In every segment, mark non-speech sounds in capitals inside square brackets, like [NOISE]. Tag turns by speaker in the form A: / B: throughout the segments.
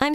A: I'm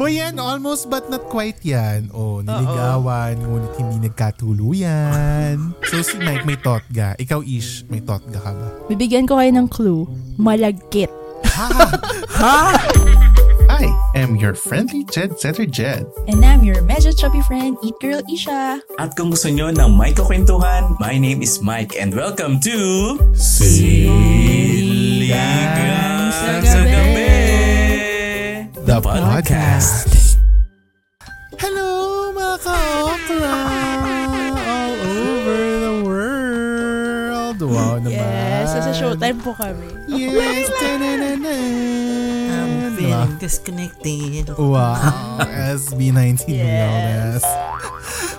B: O Oh, yan, almost but not quite yan. O, niligawan, ngunit hindi nagkatuluyan. so si Mike may thought ga. Ikaw, Ish, may thought ga ka ba?
C: Bibigyan ko kayo ng clue. Malagkit.
B: I am your friendly Jed Setter Jed.
C: And I'm your medyo chubby friend, Eat Girl Isha.
D: At kung gusto nyo ng Mike Kwentuhan, my name is Mike and welcome to... Siligang sa Gabi!
B: The podcast. Hello, mga ka-okra! All over the world! Wow naman!
C: Yes, nasa showtime po kami.
B: Yes! Ta-na-na-na!
E: I'm
B: Diba?
E: feeling disconnected.
B: Wow, SB19
C: Yes.
B: yes.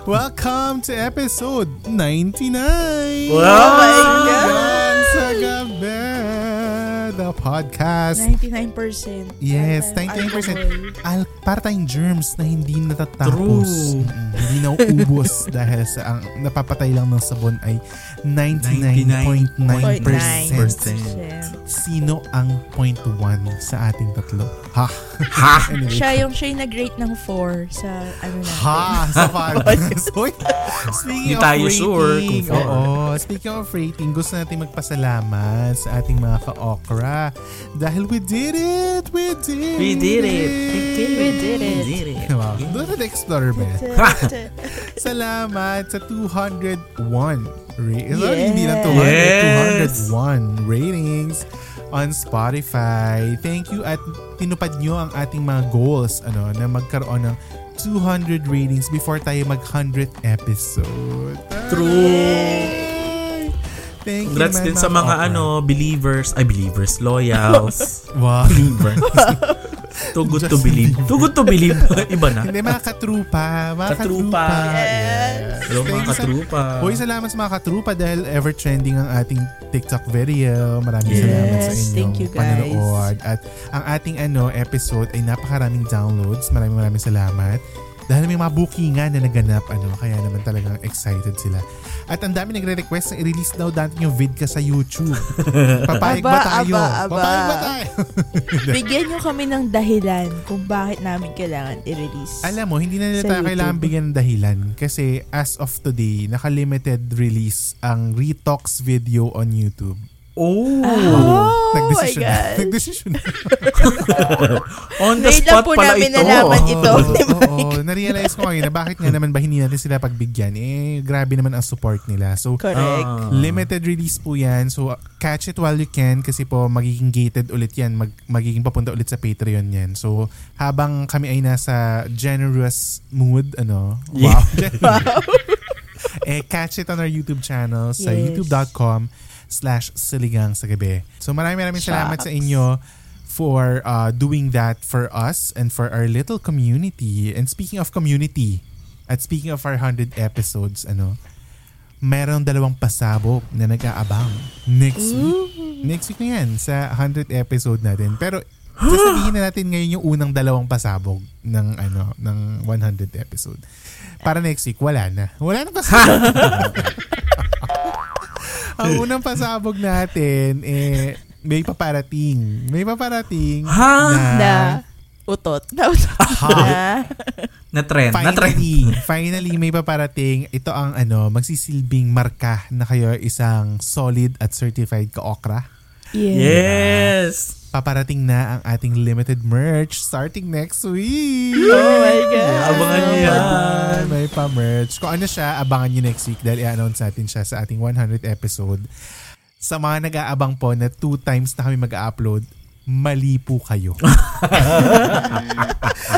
B: Welcome to episode 99.
D: Wow.
B: Oh my God. Sa gabi, the podcast.
C: 99%.
B: Yes,
C: Alcohol.
B: 99%. Al para tayong germs na hindi natatapos.
D: True.
B: Mm, hindi [LAUGHS] nauubos dahil sa ang napapatay lang ng sabon ay 99.9%.
C: 99.9%.
B: Sino ang 0.1 sa ating tatlo? Ha? [LAUGHS] Anyway.
C: Siya yung siya yung nag-rate ng 4 sa ano na.
B: Ha! Sa
D: [LAUGHS]
B: podcast. Hoy! Speaking
D: Di tayo
B: of
D: sure
B: rating,
D: kung fair.
B: oo. Speaking of rating, gusto natin magpasalamat sa ating mga ka-okra. Dahil we did it! We did
D: We did it.
C: We did
D: We
C: it.
D: did it.
B: Wow. Doon na explorer ba? yan? [LAUGHS]
C: Yes.
B: Salamat sa 201 ratings. Sorry,
C: Yes.
B: hindi lang 200,
D: Yes.
B: 201 ratings on Spotify. Thank you at tinupad nyo ang ating mga goals ano, na magkaroon ng 200 ratings before tayo mag 100th episode.
D: True.
B: Yay! Thank you,
D: Congrats
B: man,
D: din sa mga
B: Oprah.
D: ano, believers, ay believers,
B: [LAUGHS]
D: loyals, [LAUGHS]
B: Wow.
D: believers. Too good to
B: Just
D: believe. Too good to believe. [LAUGHS] Iba na.
B: Hindi, mga katrupa. Mga
D: Katrupa.
B: katrupa. Yes.
D: Hello
B: Thank
D: mga
B: you sa-
D: katrupa.
B: Hoy, salamat sa mga katrupa dahil ever trending ang ating TikTok video. Maraming salamat sa
C: Yes,
B: inyong
C: thank you, guys.
B: panonood. At ang ating ano episode ay napakaraming downloads. Maraming maraming salamat. Dahil may mga bookingan na naganap, ano, kaya naman talagang excited sila. At ang dami nagre-request na i-release daw dati yung vid ka sa
C: [LAUGHS]
B: YouTube. Papayag ba
C: Aba,
B: tayo?
C: aba, aba.
B: Papayag ba
C: [LAUGHS]
B: tayo?
C: Bigyan nyo kami ng dahilan kung bakit namin kailangan i-release.
B: Alam mo, hindi na nila
C: Sa
B: tayo
C: YouTube.
B: kailangan bigyan ng dahilan kasi as of today, naka-limited release ang Retox video on YouTube.
D: Oh!
C: Oh
B: Nagdesisyon
C: my
B: na.
C: God.
B: Nagdesisyon na.
E: [LAUGHS]
D: On the
C: Ngayon lang
D: spot
C: po
D: pala
C: namin
D: ito.
C: nalaman
B: [LAUGHS]
C: ito.
B: Oo,
C: Di ba?
B: oo, oo. narealize ko ngayon na bakit nga naman ba hindi natin sila pagbigyan. Eh, grabe naman ang support nila. So,
C: Correct.
B: Oh.
D: Ah.
B: limited release po yan. So, catch it while you can kasi po magiging gated ulit yan. Mag, magiging papunta ulit sa Patreon yan. So, habang kami ay nasa generous mood, ano?
D: Yeah.
B: wow. eh, catch it on our YouTube channel sa
C: Yes.
B: youtube.com slash siligang sa gabi. So maraming maraming salamat sa inyo for uh, doing that for us and for our little community. And speaking of community, at speaking of our 100 episodes, ano, meron dalawang pasabog na nag-aabang next week. Next week na yan sa 100 episode natin. Pero sasabihin na natin ngayon yung unang dalawang pasabog ng ano ng 100 episode. Para next week wala na. Wala na pasabog. [LAUGHS] Ang unang pasabog natin eh may paparating. May paparating
D: Ha?
B: na
C: Na utot. Na utot. Na.
D: Na trend. Na trend.
B: Finally, finally may paparating. Ito ang ano, magsisilbing marka na kayo ay isang solid at certified ka-okra.
C: Yes.
D: Yes.
B: Paparating na ang ating limited merch starting next week.
C: Oh my God.
D: Abangan niyo yan.
B: May pa-merch. Kung ano siya, abangan niyo next week dahil i-announce natin siya sa ating 100 episode. Sa mga nag-aabang po na two times na kami mag-upload, mali po kayo.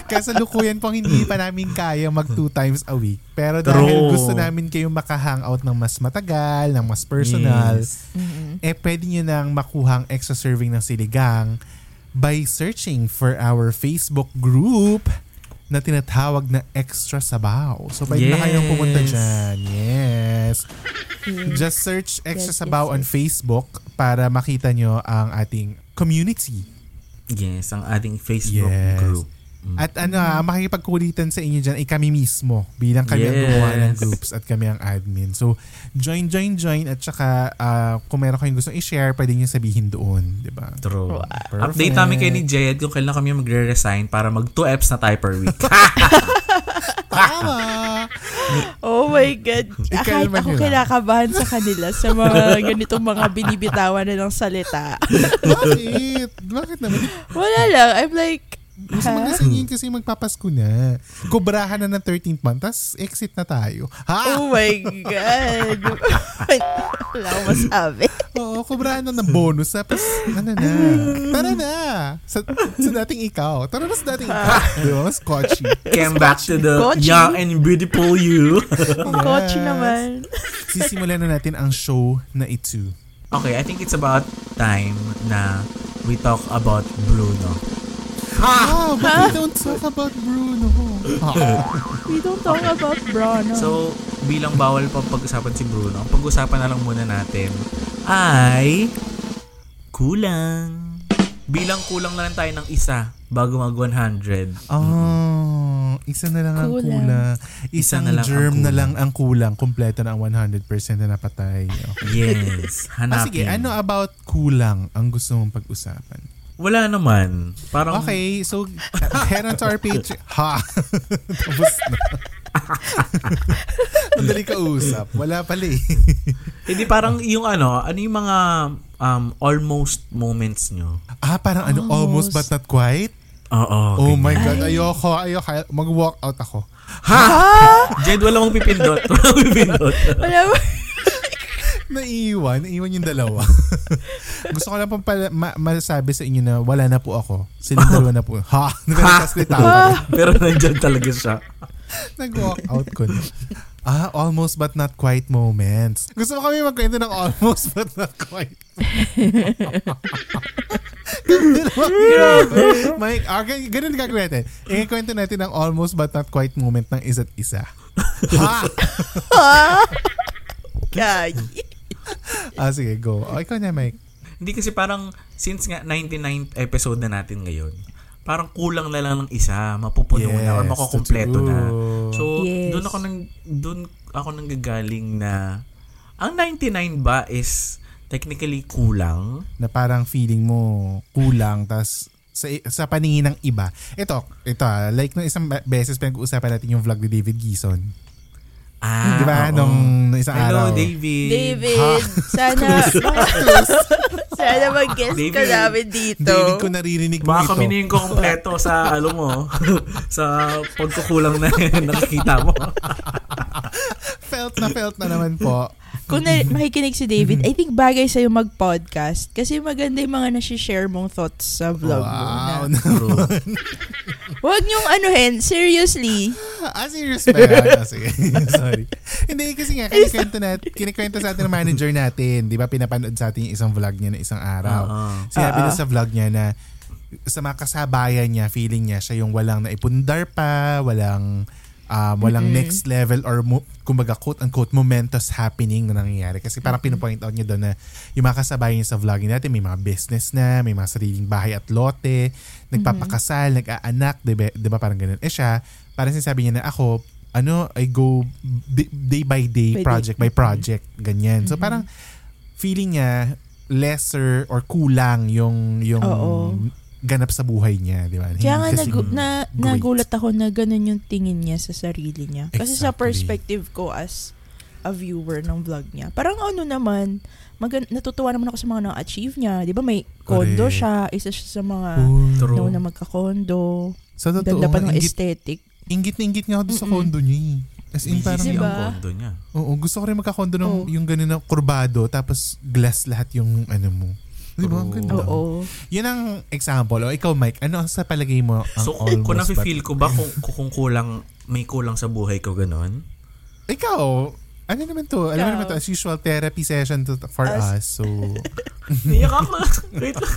B: Kasalukuyan pong hindi pa namin kaya mag two times a week. Pero dahil
D: True.
B: gusto namin kayong makahangout ng mas matagal, ng mas personal, eh pwede nyo nang makuha ang extra serving ng siligang by searching for our Facebook group na tinatawag na Extra Sabaw. So, pwede na
E: Yes.
B: kayong pumunta dyan. Yes. Just search Extra
C: Hmm. Yes, yes,
B: Sabaw on
C: yes.
B: Facebook para makita nyo ang ating community.
E: Yes, ang ating Facebook
B: Yes.
E: group.
B: At ano, ah, makikipagkulitan sa inyo dyan ay kami mismo bilang kami ang
E: Yes.
B: gumawa ng groups at kami ang admin. So, join, join, join at saka ah, kung meron kayong gusto i-share, pwede nyo sabihin doon. di ba?
E: True.
B: Perfect.
E: Update namin kay ni Jed kung kailan kami magre-resign para mag 2 apps na tayo per
B: [LAUGHS]
E: week.
B: Tama!
C: Oh my God.
B: Ikalma
C: Kahit ako
E: ah.
B: nila.
C: kinakabahan sa kanila sa
E: [LAUGHS]
C: mga ganitong mga binibitawan na ng salita.
B: [LAUGHS]
C: [LAUGHS]
B: Bakit? Bakit naman?
C: Wala lang. I'm like,
B: Gusto
C: Ha?
B: mag-resignin kasi magpapasko na. Kubrahan na ng 13th month, tas exit na tayo. Ha?
C: oh my
E: [LAUGHS]
C: God. Wala akong masabi.
B: Oo, kubrahan na ng bonus, tapos ano na. Tara na! Sa, sa dating ikaw. Tara na sa dating ikaw.
E: Ah.
B: Diba? Mas kochi.
E: Came back to the
C: Coaching.
E: young and beautiful you. [LAUGHS]
C: Ang kotse naman.
B: Sisimulan na natin ang show na ito.
E: okay, I think it's about time na we talk about Bruno. Ha!
B: Ah, but we don't talk about Bruno. Ah,
C: We don't talk about Bruno.
E: So, bilang bawal pa pag-usapan si Bruno, ang pag-usapan na lang muna natin ay kulang. Bilang kulang na lang tayo ng isa bago mag-100.
B: Ah, isa na lang ang
C: Kulang.
B: kulang.
E: Isa
B: Isang
E: na lang ang
B: germ na
E: kulang.
B: lang ang kulang. Kompleto na ang 100% na napatay. Okay.
E: Yes,
B: Ah,
E: hanapin.
B: sige, ano about kulang ang gusto mong pag-usapan?
E: Wala naman. Parang
B: Okay, so head on to our page. Ha! [LAUGHS] Tapos na. [LAUGHS] Madali ka usap. Wala pala eh.
E: hindi parang yung ano, ano yung mga um, almost moments nyo?
B: Ah, parang ano, almost, but not quite?
E: Oo.
B: Oh
E: ganyan.
B: my God, ayoko, ayoko. Mag-walk out ako.
E: Ha! Jed, wala mong
B: [LAUGHS]
E: pipindot. Wala mong pipindot.
C: Wala mo.
B: Naiiwan, naiiwan yung dalawa. Gusto ko lang pong pala, ma- masabi sa inyo na wala na po ako. Silang dalawa na po. Ha! Nagkaslitaw
E: Pero nandyan talaga siya.
B: Nag-walk out ko na. Ah, almost but not quite moments. Gusto mo kami magkwento ng almost but not quite. Grabe. Mike, ah, gan- ganun ang gagawin natin. Ikikwento natin ang almost but not quite moment ng isa't isa. Ha!
C: Gagi.
B: Ah, sige, go. Oh, ikaw na, Mike.
E: Hindi kasi parang since nga 99th episode na natin ngayon, parang kulang na lang ng isa, mapupuno
B: Yes,
E: na or makukumpleto
B: true.
E: na. So,
C: Yes.
E: doon ako nang doon ako nang gagaling na ang 99 ba is technically kulang?
B: Na parang feeling mo kulang, tas sa, sa paningin ng iba. Ito, ito ah, like nung isang ba- beses pinag-uusapan natin yung vlog ni David Gison.
E: Ah,
B: Di ba?
E: oo.
B: Nung isang
E: Hello,
B: araw.
E: David.
C: David, sana, [LAUGHS] sana mag-guest ka
E: David.
C: namin dito.
B: David ko naririnig mo
E: Baka
B: ito.
E: kami na yung kukumpleto sa, alam mo, [LAUGHS] sa pagkukulang na [LAUGHS] nakikita mo.
B: felt na felt na naman po.
C: Kung na, makikinig si David,
E: Mm-hmm.
C: I think bagay sa'yo mag-podcast kasi maganda yung mga nasi-share mong thoughts sa vlog mo. Na,
B: Wow. Na.
C: huwag niyong anuhin, seriously.
B: [LAUGHS] ah, serious ba yan? Ah, sige. [LAUGHS] Sorry. Hindi, kasi nga, kinikwento, na, kinikwento sa atin ng manager natin. Di ba, pinapanood sa atin yung isang vlog niya na isang araw. Sinabi niya sa vlog niya na sa mga kasabayan niya, feeling niya, siya yung walang naipundar pa, walang um, walang next level or mo, kumbaga quote-unquote momentous happening na nangyayari. Kasi parang pinupoint out niya doon na yung mga kasabayan niya sa vlogging natin, may mga business na, may mga sariling bahay at lote, nagpapakasal, nag-aanak, di ba, di ba parang ganun. Eh siya, parang sinasabi niya na ako, ano, I go d- day by day,
C: By day.
B: project by project, ganyan. So parang feeling niya lesser or kulang yung yung
C: Oo.
B: ganap sa buhay niya, di ba?
C: Kaya nga
B: Hindi kasi-
C: nagu- na,
B: great.
C: nagulat ako na ganun yung tingin niya sa sarili niya. Kasi sa
B: Exactly.
C: perspective ko as a viewer ng vlog niya, parang ano naman, magan- natutuwa naman ako sa mga na-achieve niya. Di ba may kondo
B: Correct.
C: siya, isa siya sa mga
B: Ooh.
E: True.
C: nauna magka-kondo.
B: Sa totoo,
C: Ganda pa ng
B: ingit,
C: aesthetic.
B: ingit na ingit nga ako doon sa condo niya eh. As in,
E: Busy
B: parang,
E: siya
C: Diba?
E: ang kondo niya.
B: oo, gusto ko rin magka-condo ng
C: Oo.
B: yung ganun na kurbado, tapos glass lahat yung ano mo. Di ba? Ang
E: True.
B: ganda.
C: Oo.
B: Yun ang example. O ikaw, Mike, ano ang sa palagay mo ang
E: So,
B: almost
E: kung
B: but-
E: nafe-feel ko ba kung, kung kulang, may kulang sa buhay ko, ganon?
B: Ikaw, Ano naman to? Alam mo naman to, as usual, therapy session to for us. So, [LAUGHS]
E: Niyak ako. Wait lang.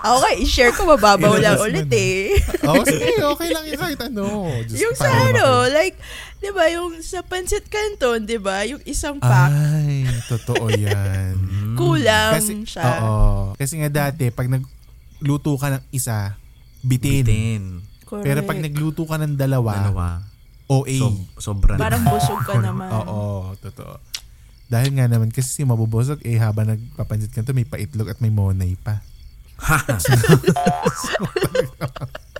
C: Ah, Okay, i-share ko mababaw
B: Ilabas
C: lang
B: mo
C: ulit
B: na.
C: eh.
B: oh, sige, okay lang yung kahit ano. Just
C: [LAUGHS] yung sa
B: para
C: ano, like, di ba, yung sa Pancit Canton, di ba, yung isang
B: maka-
C: pack,
B: Ay, totoo
E: [LAUGHS]
B: yan.
E: Mm-hmm.
C: kulang siya.
B: Oo. Kasi nga dati, pag nagluto ka ng isa, bitin.
E: Bitin.
C: Correct.
B: Pero pag nagluto ka ng dalawa,
E: Dalawa.
B: OA.
E: So, sobra na.
C: Parang busog ka naman.
B: Oo, totoo. Dahil nga naman kasi si mabubusog eh habang nagpapansit ka to may paitlog at may monay pa.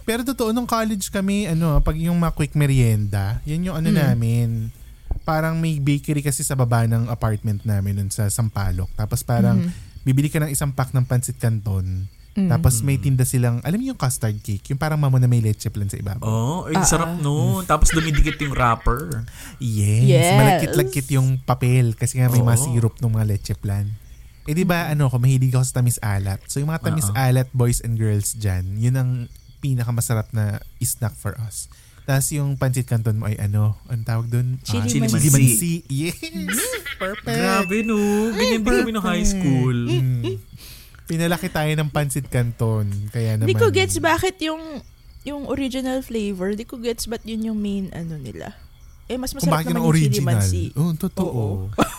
B: Pero totoo nung college kami ano pag yung mga quick merienda, yun yung ano namin parang may bakery kasi sa baba ng apartment namin nun sa Sampaloc. Tapos parang bibili ka ng isang pack ng pancit canton. Tapos may tinda silang, alam niyo yung custard cake? Yung parang mamon na may leche plan sa ibabaw.
E: Oo, oh, ang
C: Ah,
E: sarap noon. Tapos dumidikit yung wrapper.
B: Yes.
C: Yes.
B: Malakit-lakit yung papel kasi nga may mga
E: Oo.
B: syrup ng mga leche plan. Eh di ba ano, kung mahilig ako sa tamis alat. So yung mga tamis alat boys and girls dyan, yun ang pinakamasarap na snack for us. Tapos yung pancit canton mo ay ano, ang tawag doon?
C: Chili
E: Chili
B: chili
E: mansi.
B: mansi.
C: [LAUGHS]
B: Yes!
C: Eh.
B: Perfect!
E: Grabe no. Ganyan din kami no high school.
B: Mm. Pinalaki tayo ng pancit canton. Kaya naman...
C: Hindi ko gets bakit yung yung original flavor, di ko gets ba't yun yung main ano nila. Eh, mas
B: Kung
C: masarap
B: bakit
C: naman
B: ng
C: yung chili
B: original.
C: mansi.
B: Oo, totoo.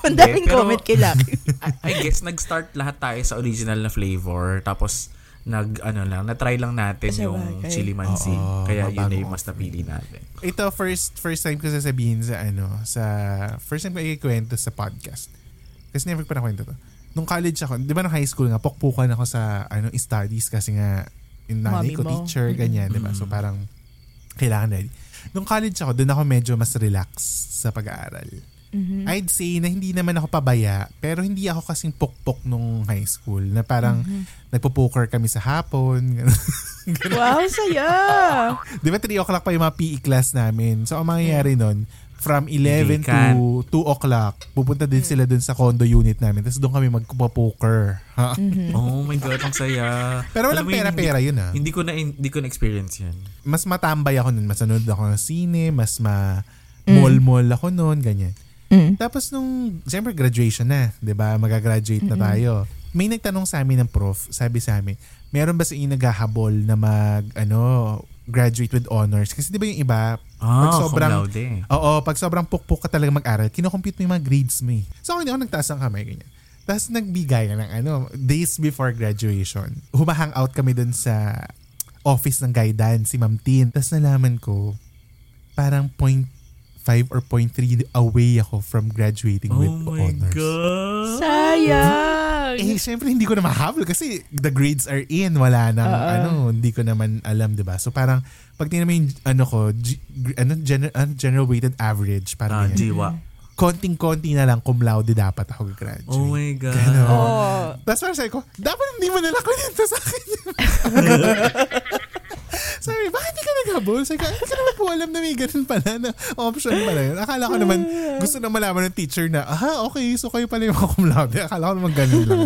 C: Ang daming
E: Pero-
C: comment kay
B: [LAUGHS]
C: Lucky.
E: I guess nag-start lahat tayo sa original na flavor. Tapos nag ano lang, na-try lang natin
C: Sa
E: yung
C: bagay.
E: chili mansi.
B: Oo,
E: Kaya yun na
B: mabago.
E: yung mas napili natin.
B: Ito first first time ko sasabihin sa ano, sa first time ko ikikwento sa podcast. Kasi never ko pa nakwento to. Nung college ako, di ba nung high school nga, pokpukan ako sa ano studies kasi nga yung nanay
C: Mami
B: ko
C: mo. Mm-hmm.
B: teacher, ganyan, di ba? So parang kailangan ready. Nung college ako, doon ako medyo mas relax sa pag-aaral.
C: Mm-hmm.
B: I'd say na hindi naman ako pabaya, pero hindi ako kasing pokpok nung high school na parang
C: Mm-hmm.
B: nagpo-poker kami sa hapon. ganun.
C: wow, saya!
B: Di ba 3 o'clock pa yung mga PE class namin? So, ang mangyayari nun, from 11
E: Bilikan.
B: to 2 o'clock, pupunta din sila dun sa condo unit namin. Tapos doon kami magpupa-poker. Ha?
C: Hmm.
E: Oh my God, ang saya.
B: Pero walang
E: Alam mo yun,
B: pera-pera
E: hindi-
B: yun ah.
E: Hindi ko na hindi ko na experience yan.
B: Mas matambay ako nun. Mas nanonood ako ng sine, mas ma mall-mall ako nun, ganyan. Tapos nung, siyempre graduation na, di ba? Magagraduate na tayo. May nagtanong sa amin ng prof, sabi sa amin, meron ba sa inyo naghahabol na mag, ano, graduate with honors? Kasi di ba yung iba,
E: Ah,
B: pag sobrang,
E: cum laude.
B: Oo, pag sobrang pukpuk ka talaga mag-aral, kinocompute mo yung mga grades mo eh. So hindi ako nagtaas ng kamay, ganyan. Tapos nagbigay ng ano, days before graduation. Humahang out kami dun sa office ng guidance, si Ma'am Tin. Tapos nalaman ko, parang 0.5 or 0.3 away ako from graduating with
E: Oh my
B: honors.
E: God.
C: Sayang!
B: Eh, syempre hindi ko na mahabol kasi the grades are in. Wala nang,
E: Ah,
B: ano, hindi ko naman alam, di ba? So parang, pag tingnan mo yung, ano ko, g- gr- ano, general, ano, general weighted average,
E: Ah,
B: parang ganyan.
E: diwa.
B: konting-konti na lang cum laude dapat ako graduate.
E: Oh my God.
C: Oh,
B: Tapos parang sabi ko, dapat hindi mo nalang kunento sa akin. [LAUGHS] sabi, bakit hindi ka naghabol? Sabi ko, hindi ka naman po alam na may ganun pala na option pala yun. Akala ko naman, gusto na malaman ng teacher na, aha, okay, so kayo pala yung mga cum laude. Akala ko naman ganun lang.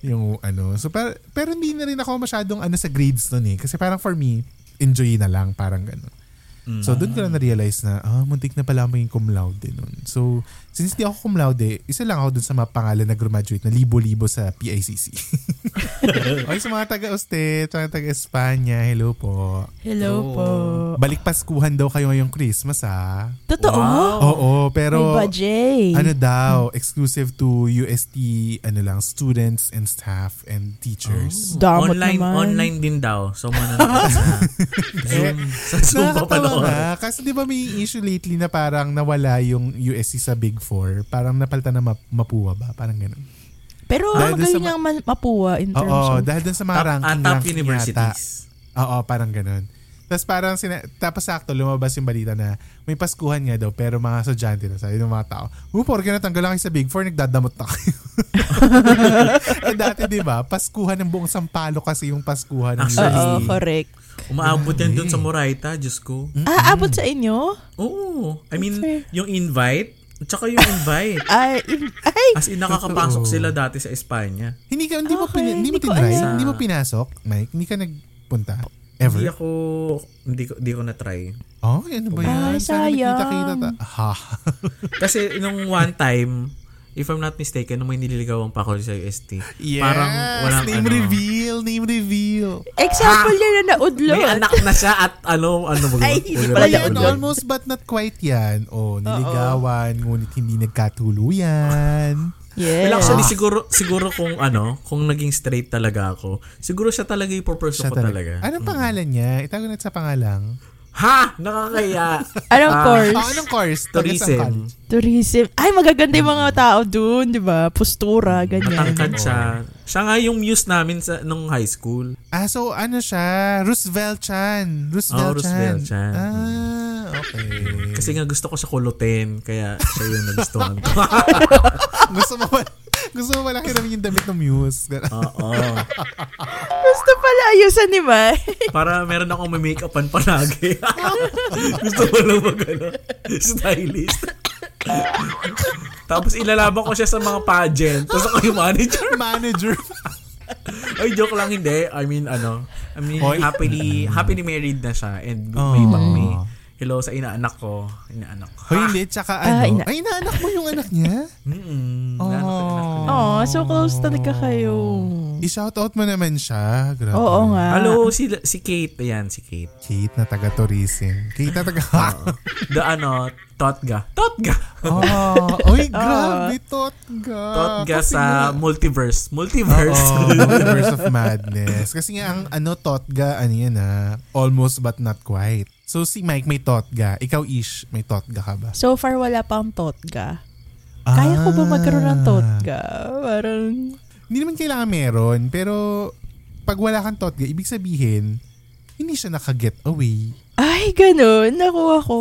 B: yung ano. So, pero, pero hindi na rin ako masyadong ano sa grades nun eh. Kasi parang for me, enjoy na lang, parang ganun. So doon ko na na-realize na ah, muntik na pala maging cum laude noon. So since di ako cum laude, isa lang ako doon sa mga pangalan na graduate na libo-libo sa PICC. okay, sa mga taga-Uste, sa mga taga-Espanya, hello po.
C: hello po.
B: Balik Paskuhan daw kayo ngayong Christmas ha.
C: Totoo?
B: Oo, pero
C: May budget.
B: ano daw, exclusive to UST ano lang, students and staff and teachers.
C: Damot
E: online
C: naman.
E: online din daw. So manonood
B: [LAUGHS]
E: sa Zoom sa Zoom pa
B: Nakakatawa
E: pala.
B: nga. Kasi di ba may issue lately na parang nawala yung USC sa Big Four? Parang napalitan na map- mapuwa ba? Parang ganun.
C: Pero
B: Dahil dun sa
C: magaling
B: ma-
C: ang ma- mapuwa in terms
B: Oo,
C: of...
B: dahil dun sa mga
E: Top, ah,
B: ranking,
E: top
B: ranking
E: universities.
B: yata. Oo, parang ganun. Tapos parang sina- tapos sakto lumabas yung balita na may paskuhan nga daw pero mga estudyante na sabi ng mga tao, "Oh, porke natanggal lang kayo sa Big Four, nagdadamot na kayo." [LAUGHS] eh dati 'di ba, paskuhan ng buong Sampalo kasi yung paskuhan ng
E: Actually,
C: Oo,
B: USC.
C: correct.
E: Umaabot yan doon sa Moraita, Diyos ko.
B: Hmm?
C: Ah, abot sa inyo?
E: Oo. I mean,
C: Okay.
E: yung invite, tsaka yung invite.
C: Ay, in- ay,
E: As in, [LAUGHS] nakakapasok sila dati sa Espanya.
B: Hindi ka hindi mo
C: Okay,
B: pin, hindi mo
C: hindi ko
B: tinry,
C: alam.
B: hindi mo pinasok, Mike, hindi ka nagpunta. Ever?
E: Hindi ako, hindi ko, hindi ko na-try.
B: Oh, ano ba yan?
C: Ay,
B: Sana nakita-kita
C: sayang.
B: ta- Ha?
E: Kasi nung one time, if I'm not mistaken, nung may nililigawan pa ako sa UST,
B: Yes!
E: parang walang
B: name
E: ano.
B: reveal, name reveal.
C: Example niya na naudlo.
E: May anak na siya at ano, ano ba?
C: Ay, hindi
E: wala-
C: pala
E: wala-
B: Ayan,
C: naudlot.
B: almost but not quite yan. Oh, niligawan, ngunit hindi
E: [LAUGHS]
B: nagkatuluyan.
C: Yes.
E: Well, actually, siguro, siguro kung ano, kung naging straight talaga ako, siguro siya talaga yung purpose ko talaga. Ano? Mm.
B: Anong pangalan niya? Itago natin sa pangalang.
E: Ha! [LAUGHS] Nakakaya!
C: Anong
E: Ah,
C: Ano, course?
B: Oh, anong course? Taga saan
E: Tourism.
B: college?
C: Tourism. Ay, magaganda yung mga tao dun, di ba? Postura, ganyan.
E: Matangkad siya. Siya nga yung muse namin sa nung high school.
B: Ah, so ano siya? Roosevelt Chan. Roosevelt,
E: Oh, Roosevelt Chan.
B: Ah, okay.
E: Kasi nga gusto ko siya kulutin, kaya siya yung nagustuhan ko.
B: gusto mo pala, [LAUGHS] gusto mo pala kiramin yung damit ng Muse.
E: Oo.
C: Gusto pala ayusan ni Mai.
E: Para meron akong may make-upan palagi. [LAUGHS] gusto ko lang mag ano, stylist. Tapos ilalaban ko siya sa mga pageant. Tapos ako yung manager.
B: [LAUGHS] Manager.
E: Ay, joke lang hindi. I mean, ano. I mean,
B: Oy.
E: happily, happily married na siya. And
B: Oh.
E: may bang may. Hello sa inaanak ko. Inaanak ko.
B: Hoy, hindi. Tsaka
C: Ah,
B: ano?
C: ina-
B: Ay, naanak mo yung anak niya?
E: Mm-mm.
B: Oh.
E: Inaanak ko, inaanak ko.
C: Oo, so close talaga kayo.
B: Mm. I-shoutout mo naman siya. Grabe.
C: Oo nga.
E: Hello, si, si Kate. Ayan, si Kate.
B: Kate na taga tourism. Kate na taga... [LAUGHS]
E: The ano, Totga. Totga!
B: oh, oy,
C: Ah.
B: grabe, Totga.
E: Totga
B: Kasi
E: sa
B: nga-
E: multiverse. Multiverse.
B: Oo, Multiverse of Madness. Kasi nga ang ano, Totga, ano yan ah, almost but not quite. So si Mike may Totga. Ikaw, Ish, may Totga ka ba?
C: So far, wala pa ang totga. Kaya ko
E: Ah.
C: ba magkaroon ng totga? Parang,
B: Hindi naman kailangan meron, pero pag wala kang Totga, ibig sabihin, hindi siya nakaget away.
C: ay, ganun. Nakuha ko.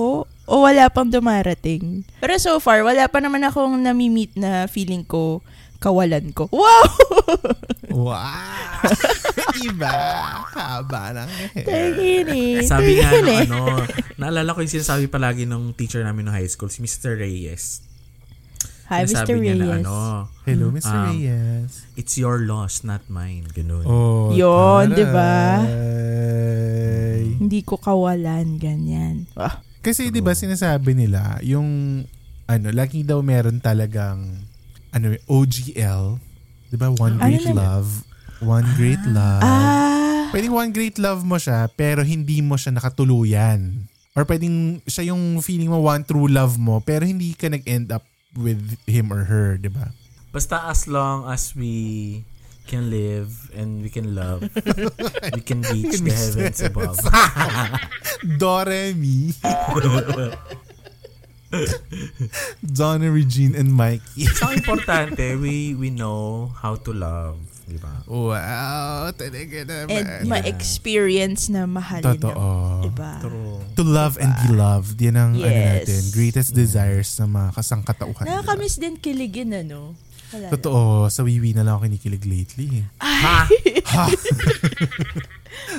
C: O wala pang dumarating. Pero so far, wala pa naman akong namimit na feeling ko kawalan ko. [LAUGHS] Wow!
B: Wow! [LAUGHS] Iba! Haba eh. ng hair.
C: Tangini.
E: Sabi nga
C: tangini.
E: ng ano, naalala ko yung sinasabi palagi ng teacher namin ng high school, si Mr. Reyes.
C: Hi, Mr.
E: Sinasabi niya na
C: Ah, Reyes.
E: ano,
B: Hello, Mr.
E: Um,
B: Reyes.
E: it's your loss, not mine. Ganun.
B: Oh,
C: Yun, diba? di ba?
B: taray.
C: Hindi ko kawalan, ganyan. Ah,
B: Kasi 'di ba sinasabi nila yung ano, lagi daw meron talagang ano OGL, 'di ba? Diba? One
C: Ano
B: great
C: na-
B: love, one great love.
C: ah
B: Pwedeng one great love mo siya pero hindi mo siya nakatuluyan. Or pwedeng siya yung feeling mo one true love mo pero hindi ka nag-end up with him or her, 'di ba?
E: Basta as long as we can live and we can
B: [LAUGHS]
E: love, we can reach the heavens above.
B: Doremi, Donna Regine and Mikey.
E: Ang importante, we we know how to love, di ba?
B: Wow, talaga naman.
C: and ma-experience na mahalin
B: Totoo.
C: na. Diba?
E: True.
B: To love and be loved. Yan ang ano
C: Yes.
B: natin, greatest desires ng mga kasangkatauhan. nila.
C: Nakakamiss din kiligin, ano? Wala lang.
B: Totoo, sa wiwi na lang ako kinikilig lately.
E: Ha?
B: Ha?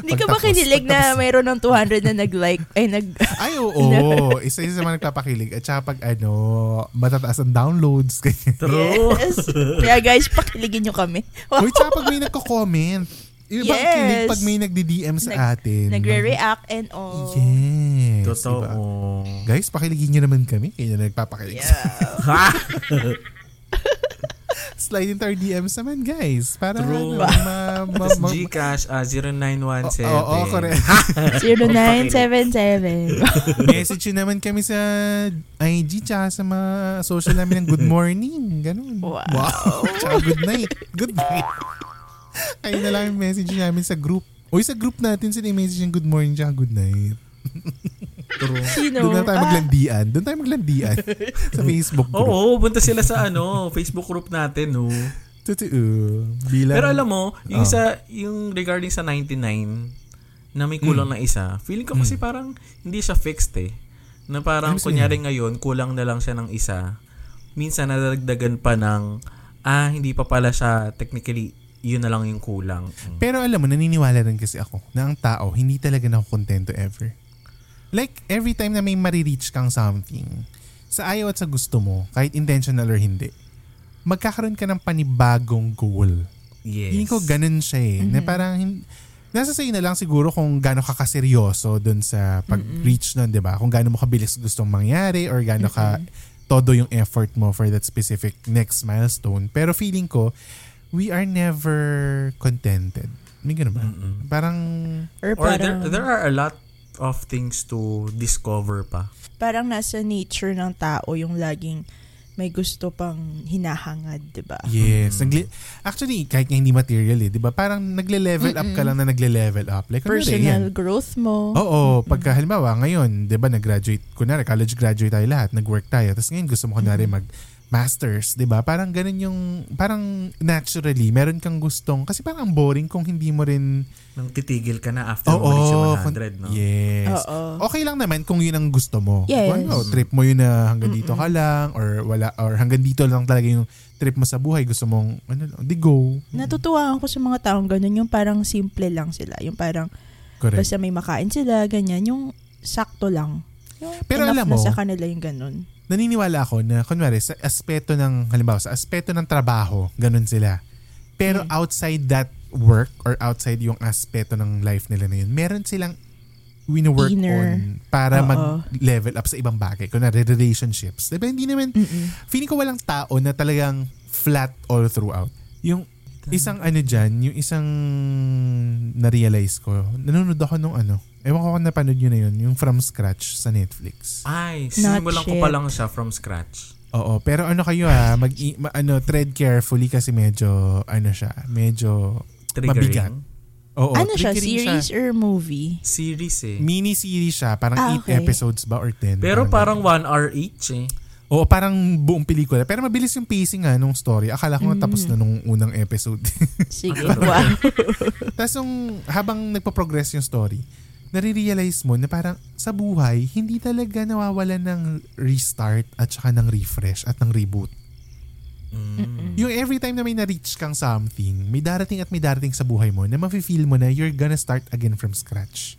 C: Hindi ka ba
B: Pagtapos,
C: kinilig
B: pagtapos.
C: na mayroon ng 200 na nag-like? Ay, nag...
B: Ay,
C: [LAUGHS]
B: oo. Isa-isa sa mga nagpapakilig. At saka pag ano, matataas ang downloads. Ganyan.
E: True.
C: Yes. Kaya guys, pakiligin nyo kami. Wow.
B: Uy, tsaka pag may nagko-comment. Yung ibang
C: Yes.
B: kilig pag may nagdi-DM sa
C: Nag-
B: atin.
C: Nagre-react and all.
B: Yes. diba?
E: Totoo.
B: Guys, pakiligin nyo naman kami. Kaya na nagpapakilig.
E: Ha?
B: [LAUGHS] Slide into our DMs naman, guys. Para ano,
E: True.
B: ma- ma-
E: Tapos
B: ma-
E: Gcash, ah, 0917.
B: Oo, oo, correct.
C: 0977.
B: Message nyo naman kami sa IG tsaka sa mga social namin ng good morning. Ganun.
C: Wow.
B: [LAUGHS] tsaka good night. Good night. Kayo na lang yung message namin sa group. Uy, sa group natin sila yung message ng good morning tsaka good night.
E: True.
C: Sino?
B: Doon na tayo
C: Ah,
B: maglandian. Doon tayo
C: [LAUGHS]
B: maglandian. sa Facebook group.
E: Oo, punta sila sa ano, Facebook group natin, no.
B: Totoo. Bilang,
E: Pero alam mo, yung
B: Oh.
E: sa yung regarding sa 99 na may kulang na isa, feeling ko kasi parang hindi siya fixed eh. Na
B: Ano
E: parang
B: sabihin?
E: kunyari ngayon, kulang na lang siya ng isa. Minsan nadagdagan pa ng ah, hindi pa pala siya technically yun na lang yung kulang. Mm.
B: Pero alam mo, naniniwala rin kasi ako na ang tao hindi talaga nakukontento ever. Like, every time na may marireach kang something, sa ayaw at sa gusto mo, kahit intentional or hindi, magkakaroon ka ng panibagong goal.
E: Yes.
B: Hindi ko ganun siya eh. Na parang, hin- Nasa sa'yo na lang siguro kung gaano ka kaseryoso dun sa pag-reach nun, di ba? Kung gaano mo kabilis gustong mangyari or gaano ka todo yung effort mo for that specific next milestone. Pero feeling ko, we are never contented. May ganun ba? Parang,
C: Or,
E: Or
C: parang,
E: there, there are a lot of things to discover pa.
C: parang nasa nature ng tao yung laging may gusto pang hinahangad, diba? di ba?
B: yes. Nagli- Actually, kahit nga hindi material eh, di ba? Parang nagle-level up ka lang na nagle-level up. Like, kunwari, yan.
C: Personal growth mo.
E: Oh.
B: Oo, pagka halimbawa ngayon, 'di ba nag-graduate kunwari college graduate tayo lahat, nag-work tayo. Tapos ngayon gusto mo kunwari
E: Mm-hmm.
B: mag masters, 'di ba? Parang ganun yung parang naturally meron kang gustong kasi parang ang boring kung hindi mo rin
E: Nang titigil ka na after mo reach yung
B: kun-
E: 100, no?
B: Yes.
C: Oo.
B: Okay lang naman kung 'yun ang gusto mo.
C: Yes.
B: Kung ano, trip mo 'yun na hanggang dito ka lang or wala or hanggang dito lang talaga yung trip mo sa buhay, gusto mong ano, di go.
C: Natutuwa ako sa mga taong ganun, yung parang simple lang sila. Yung parang
B: Correct.
C: basta may makain sila, ganyan. Yung sakto lang. Yung
B: Pero
C: enough
B: alam
C: na
B: mo-
C: sa kanila yung ganun.
B: naniniwala ako na kunwari sa aspeto ng halimbawa sa aspeto ng trabaho, ganun sila. Pero
C: Mm.
B: outside that work or outside yung aspeto ng life nila na yun, meron silang wino-work
C: Inner.
B: on para
C: Oo.
B: mag-level up sa ibang bagay. Kunwari relationships. Diba hindi naman, feeling ko walang tao na talagang flat all throughout. Yung isang ano dyan, yung isang na-realize ko, nanonood ako nung ano, ewan ko kung napanood nyo na yun, yung From Scratch sa Netflix.
E: Ay, sinimulan ko
C: shit.
E: pa lang siya from scratch.
B: Oo, pero ano kayo ah, mag i- ma- ano tread carefully kasi medyo ano siya, medyo mabigat.
E: Triggering.
B: Oo,
C: ano siya?
B: triggering
C: Series or
B: [LAUGHS]
C: movie?
E: Series eh.
B: Mini series siya,
C: Ah,
B: parang 8
C: okay.
B: episodes ba or 10.
E: Pero
B: ganun.
E: parang 1 hour each eh.
B: Oo, parang buong pelikula. Pero mabilis yung pacing nga nung story. Akala ko
C: Mm.
B: nga tapos na nung unang episode. [LAUGHS]
C: Sige. wow.
B: Tapos yung habang nagpa-progress yung story, nare-realize mo na parang sa buhay, hindi talaga nawawala ng restart at saka ng refresh at ng reboot. Yung every time na may na-reach kang something, may darating at may darating sa buhay mo na mafe-feel mo na you're gonna start again from scratch.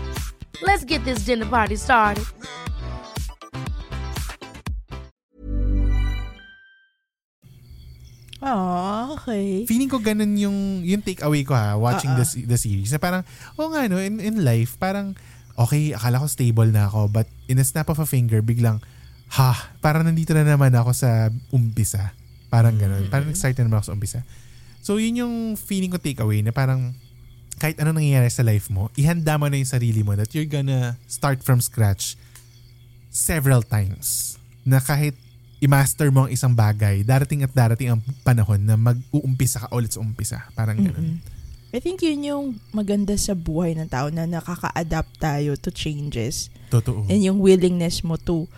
F: Let's get this dinner party started.
C: Ah, okay.
B: Feeling ko ganun yung yung takeaway ko ha, watching the, se- the series. Na parang, oh nga no, in, in life, parang, okay, akala ko stable na ako, but in a snap of a finger, biglang, ha, parang nandito na naman ako sa umpisa. Parang ganun. Parang nag-start na naman ako sa umpisa. So, yun yung feeling ko takeaway na parang, kahit ano nangyayari sa life mo, ihanda mo na yung sarili mo that you're gonna start from scratch several times na kahit i-master mo ang isang bagay, darating at darating ang panahon na mag-uumpisa ka ulit sa umpisa. Parang ganun.
C: I think yun yung maganda sa buhay ng tao na nakaka-adapt tayo to changes
B: Totoo.
C: and yung willingness mo to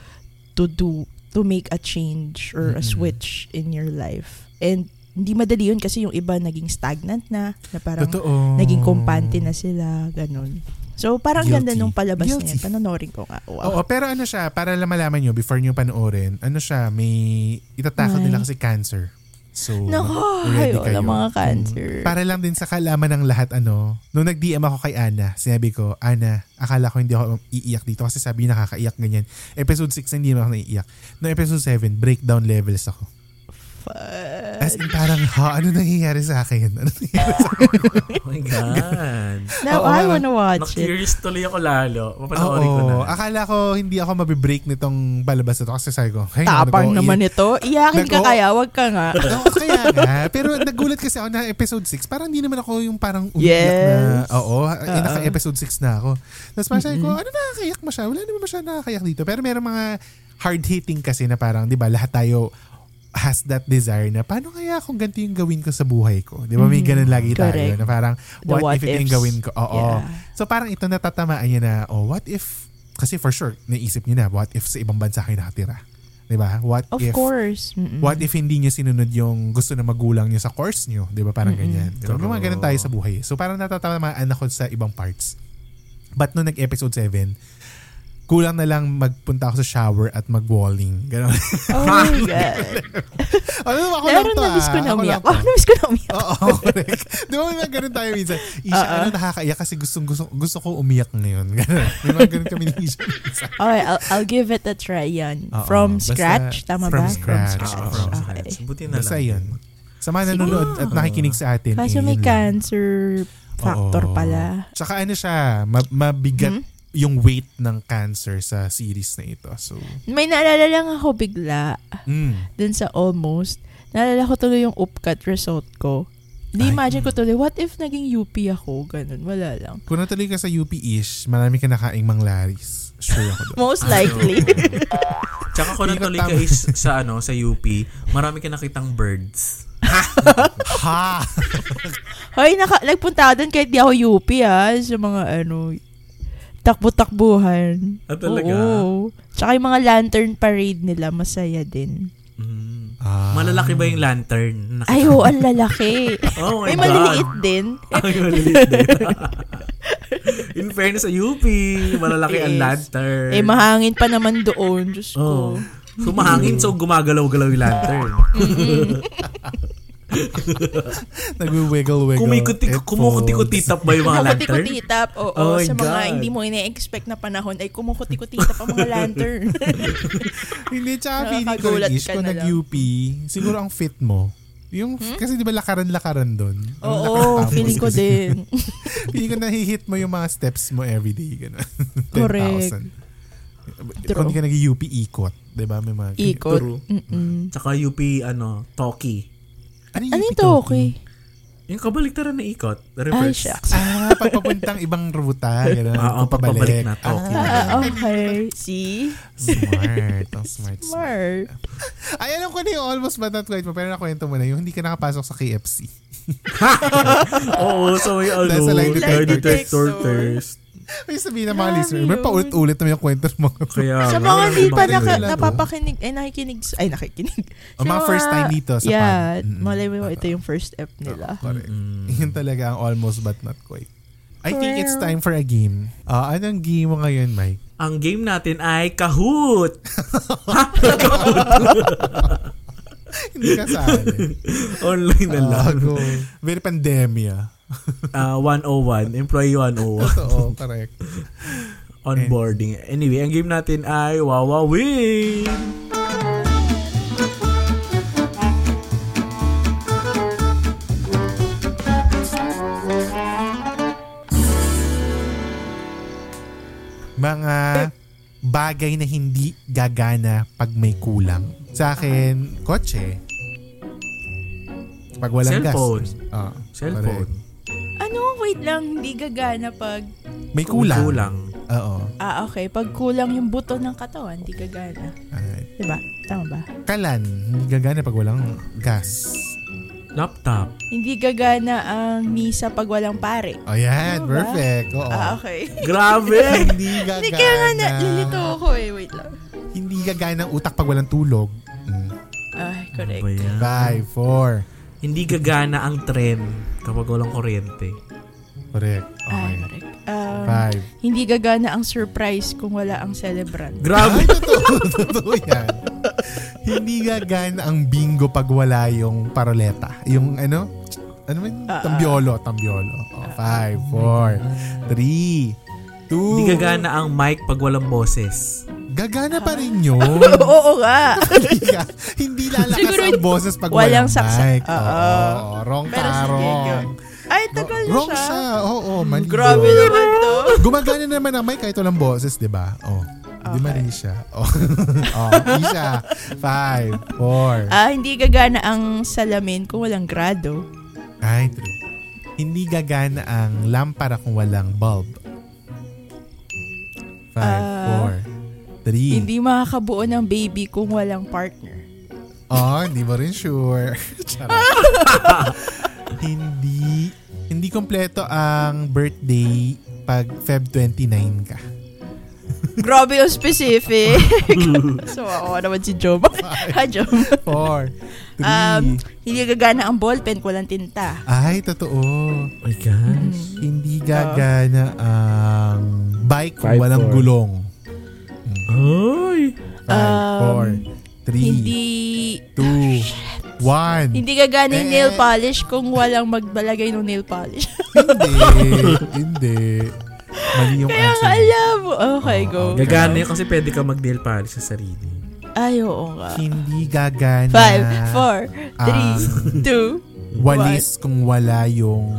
C: to do to make a change or a switch in your life. And hindi madali yun kasi yung iba naging stagnant na, na parang
B: Totoo.
C: naging kumpante na sila, ganun. So parang
B: Mm. Guilty.
C: ganda nung palabas
B: Guilty.
C: niya. Panonorin ko nga. Wow.
B: Oo, pero ano siya, para lang malaman nyo before nyo panoorin, ano siya, may itatakot
C: Ay.
B: nila kasi cancer. So,
C: Nako,
B: ready
C: ay, wala
B: kayo. Mm.
C: mga cancer.
B: Para lang din sa kalaman ng lahat ano, nung nag-DM ako kay Ana, sinabi ko, Ana, akala ko hindi ako iiyak dito kasi sabi niya nakakaiyak ganyan. Episode 6 hindi naman ako naiiyak. No episode 7, breakdown levels ako.
C: Fuck.
B: As in parang, ha, ano nangyayari sa akin? Ano nangyayari sa akin?
E: Oh
B: [LAUGHS]
E: my God.
C: Now
B: Oo,
C: I
B: parang-
C: wanna watch it.
E: Na-curious tuloy ako lalo. Papanoorin ko na. Ah,
B: Oo. Ah, Akala ko hindi ako mabibreak nitong balabas na to kasi sabi ko, hey, ano
C: Tapang naman ito. Iyakin ka
B: Nag-o-
C: kaya, wag ka nga.
B: Oo, kaya nga. Pero nagulat kasi ako na episode 6. Parang hindi naman ako yung parang umiiyak na.
C: Yes.
B: Oo. eh, Naka-episode 6 na ako. Tapos parang sabi ko, ano nakakayak mo siya? Wala naman masyadong nakakayak dito. Pero meron mga hard-hitting kasi na parang, di ba, lahat tayo has that desire na paano kaya kung ganito yung gawin ko sa buhay ko? Di ba may ganun lagi tayo
C: Mm, Correct.
B: na parang
C: The
B: what,
C: what
B: if ito yung
C: ifs.
B: gawin ko? [LAUGHS] Oo.
C: Yeah.
B: So parang ito natatamaan niya na oh what if kasi for sure naisip niya na what if sa ibang bansa kayo nakatira? Di ba? What
C: Of
B: if
C: course.
B: Mm.
C: Mm-mm.
B: What if hindi niyo sinunod yung gusto ng magulang niyo sa course niyo? Di ba? Parang ganyan. Di ba? May mga ganun tayo sa buhay. So parang natatamaan ako sa ibang parts. But nung nag-episode 7, kulang na lang magpunta ako sa shower at mag-walling.
C: [LAUGHS]
B: Ganun. [LAUGHS]
C: Oh my God.
B: ano naman ako lang
C: Meron
B: to
C: na [LAUGHS] miss ko
B: ah.
C: na
B: Ako lang
C: umiyak.
B: to.
C: Oh, na-miss ko na umiyak.
B: Oo, [LAUGHS] correct. Di ba may mga ganun tayo minsan? Isha,
C: Uh-uh.
B: ano nakakaiyak kasi gustong, gusto, gusto ko umiyak ngayon. [LAUGHS] Ganun. May mga ganun kami ni Isha minsan.
C: Okay, I'll, I'll give it a try yan.
B: Oo,
C: From
B: basta-
C: scratch, tama
B: from
C: ba?
B: scratch,
C: From
B: oo,
C: scratch.
B: from
C: okay.
E: Scratch. Buti na
B: Basta
E: lang.
B: yun. Sa mga nanonood at nakikinig sa atin.
C: Kaso
B: eh,
C: may
B: yun lang.
C: cancer factor
B: Oo.
C: pala. Hmm?
B: Tsaka ano siya, ma- mabigat yung weight ng cancer sa series na ito. So,
C: May naalala lang ako bigla
B: mm.
C: dun sa almost. Naalala ko tuloy yung upcut result ko. Di-imagine
E: mm.
C: ko tuloy, what if naging UP ako? Ganun, wala lang.
B: kung natuloy ka sa UP-ish, marami ka nakaing manglaris. Sure ako
C: [LAUGHS]
B: doon.
C: Most likely.
E: Tsaka kung
B: Hindi ka
E: natuloy ka
B: tama.
E: is sa ano sa UP, marami ka nakitang birds.
B: ha!
C: Hoy, naka, nagpunta ako dun kahit di ako UP ha. Sa mga ano, takbo-takbuhan.
E: Ah, talaga?
C: Oo. Tsaka yung mga lantern parade nila, masaya din.
E: Mm.
B: Ah.
E: Malalaki ba yung lantern? Nakita-
C: Ay, oo, ang lalaki.
E: [LAUGHS] Oh
C: May
E: my God.
C: maliliit din.
E: [LAUGHS] Ay, maliliit din. In fairness sa UP, malalaki ang
C: Yes.
E: lantern.
C: Eh, mahangin pa naman doon. Diyos ko.
E: Oh. So, mahangin,
B: [LAUGHS]
E: so gumagalaw-galaw yung lantern.
B: [LAUGHS] Nagwi-wiggle-wiggle.
E: Kumikutik,
B: Headphones.
E: kumukutikutitap ba yung mga lantern?
C: Kumukutikutitap, oo.
E: Oh my
C: sa mga
E: God.
C: hindi mo ina-expect na panahon ay kumukutikutitap ang mga lantern.
B: Hindi, tsaka feeling ko
C: Nakakagulat
B: rin is
C: ka
B: kung
C: na Hmm?
B: nag-UP, siguro ang fit mo. Yung, Kasi di ba lakaran-lakaran doon? Ang
C: oo,
B: lakaran-tapos
C: feeling ko
B: kasi. [LAUGHS]
C: din.
B: Feeling ko nahihit mo yung mga steps mo everyday. [LAUGHS] Ganun.
C: Correct.
B: 10,000.
C: True.
B: Kung hindi ka nag-UP, ikot. Di ba? May mga...
C: Ikot.
E: True.
C: Mm-mm.
E: Tsaka UP, ano, Toki.
B: Ano
C: Ano
B: UP
C: ito, okay?
E: Yung kabaliktaran na ikot.
C: Ay,
E: Reverse.
C: shucks.
B: Ah, pagpapuntang ibang ruta. Ganun,
E: Oo, pagpabalik na to.
B: Ah,
C: Ah, okay. See?
B: smart. Ang smart. smart.
C: Smart.
B: Ay, alam ko na yung almost but not quite mo. Pero nakwento mo na yung hindi ka nakapasok sa KFC.
E: [LAUGHS] Oo, so may ano,
B: Nasa lie
E: lie
B: detector
E: detector
C: test.
E: test.
B: May sabihin ng mga listener.
C: Grabe
B: May
C: yun.
B: paulit-ulit naman yung kwento ng mga
E: Kaya,
C: Sa
E: nga,
C: mga hindi pa
E: ano ba
C: naka,
E: yun?
C: napapakinig, ay nakikinig, s- ay nakikinig.
B: O, mga first time dito sa
C: yeah,
B: pod. Mm,
C: malay mo
B: totoo.
C: ito yung first ep nila.
B: Correct.
E: mm.
B: Yun talaga ang almost but not quite. I think it's time for a game. Ah, anong game mo ngayon, Mike? [LAUGHS]
E: Ang game natin ay Kahoot! [LAUGHS]
B: Hindi ka sa akin.
E: Online na lang.
B: Lago. Very
E: [LAUGHS]
B: pandemya.
E: Ah, 101, Employee
B: [LAUGHS]
E: 101,
B: Totoo, correct.
E: Onboarding. Anyway, ang game natin ay Wawa Win!
B: Mga bagay na hindi gagana pag may kulang. Sa akin, kotse. Pag walang
E: Cellphone.
B: gas. Ah,
E: Cellphone.
B: correct.
C: Ano? Wait lang, hindi gagana pag...
B: May kulang.
E: Kulang.
B: Oo.
C: Ah, okay. Pag kulang yung buto ng katawan, hindi gagana.
B: Alright.
C: Diba? Tama ba?
B: Kalan. Hindi gagana pag walang gas.
E: Laptop.
C: Hindi gagana ang misa pag walang pare.
B: Oh, yan.
C: Ano ba?
B: Perfect. Oo.
C: Ah, okay. [LAUGHS]
E: Grabe!
B: Hindi
C: Hindi
B: gagana.
C: kaya nga na, lilito ako eh. Wait lang.
B: Hindi gagana ang utak pag walang tulog. Mm.
C: Ay,
E: Ano
C: correct.
E: ba yan?
B: Five, four.
E: Hindi gagana ang tren kapag walang kuryente.
B: Correct.
C: Ay,
B: Okay.
C: correct. Um,
B: Five.
C: hindi gagana ang surprise kung wala ang
E: [LAUGHS]
C: celebrant.
B: Ay,
E: Grabe!
B: totoo, [LAUGHS] totoo yan. Hindi gagana ang bingo pag wala yung paroleta. Yung ano? Ano man?
C: Ah,
B: Tambiolo. Tambiolo. Oh, five, four, three, two.
E: Hindi gagana ang mic pag walang boses.
B: Gagana pa rin yun.
C: [LAUGHS] Oo nga.
B: hindi, ka- hindi lalakas
C: Siguro
B: ang boses pag
C: walang
B: walang,
C: saksak-
B: mic.
C: Oo.
B: Oo, wrong
C: Pero
B: ka,
C: sige, go.
B: wrong.
C: Ay, tagal na
B: Wrong
C: siya.
B: siya. Oo, mali.
C: Grabe naman to.
B: Gumagana naman ang mic kahit walang boses, di ba? Oh. Hindi mali siya. Oh. [LAUGHS] oh, Isha. Five, four.
C: Ah, hindi gagana ang salamin kung walang grado.
B: Ay, true. Hindi gagana ang lampara kung walang bulb. Five,
C: Ah,
B: four, three.
C: Hindi makakabuo ng baby kung walang partner.
B: Oh, hindi mo rin sure. [LAUGHS]
C: [LAUGHS]
B: Charot. hindi hindi kompleto ang birthday pag Feb 29 ka.
C: Grabe yung specific. so, ako naman si Jom. ha, Jom.
B: Four, three.
C: Um, hindi gagana ang ballpen kung walang tinta.
B: Ay, totoo.
E: Oh my gosh.
B: Hindi gagana ang bike kung
E: Five,
B: walang
E: four.
B: gulong.
E: Ay.
B: Five, four, three,
C: Um, Hindi Oh,
B: two, one.
C: hindi gagana yung
B: Eh.
C: nail polish kung walang magbalagay ng nail polish. [LAUGHS]
B: Hindi. hindi. Mali yung
C: Kaya nga
B: answer. mo.
C: alam mo. Oh, Okay, go.
E: Gagana yun kasi pwede ka mag-nail pali sa sarili.
C: Ay, oo nga.
B: Hindi gagana.
C: Five, four,
B: Ah.
C: three, two,
B: Walis kung wala yung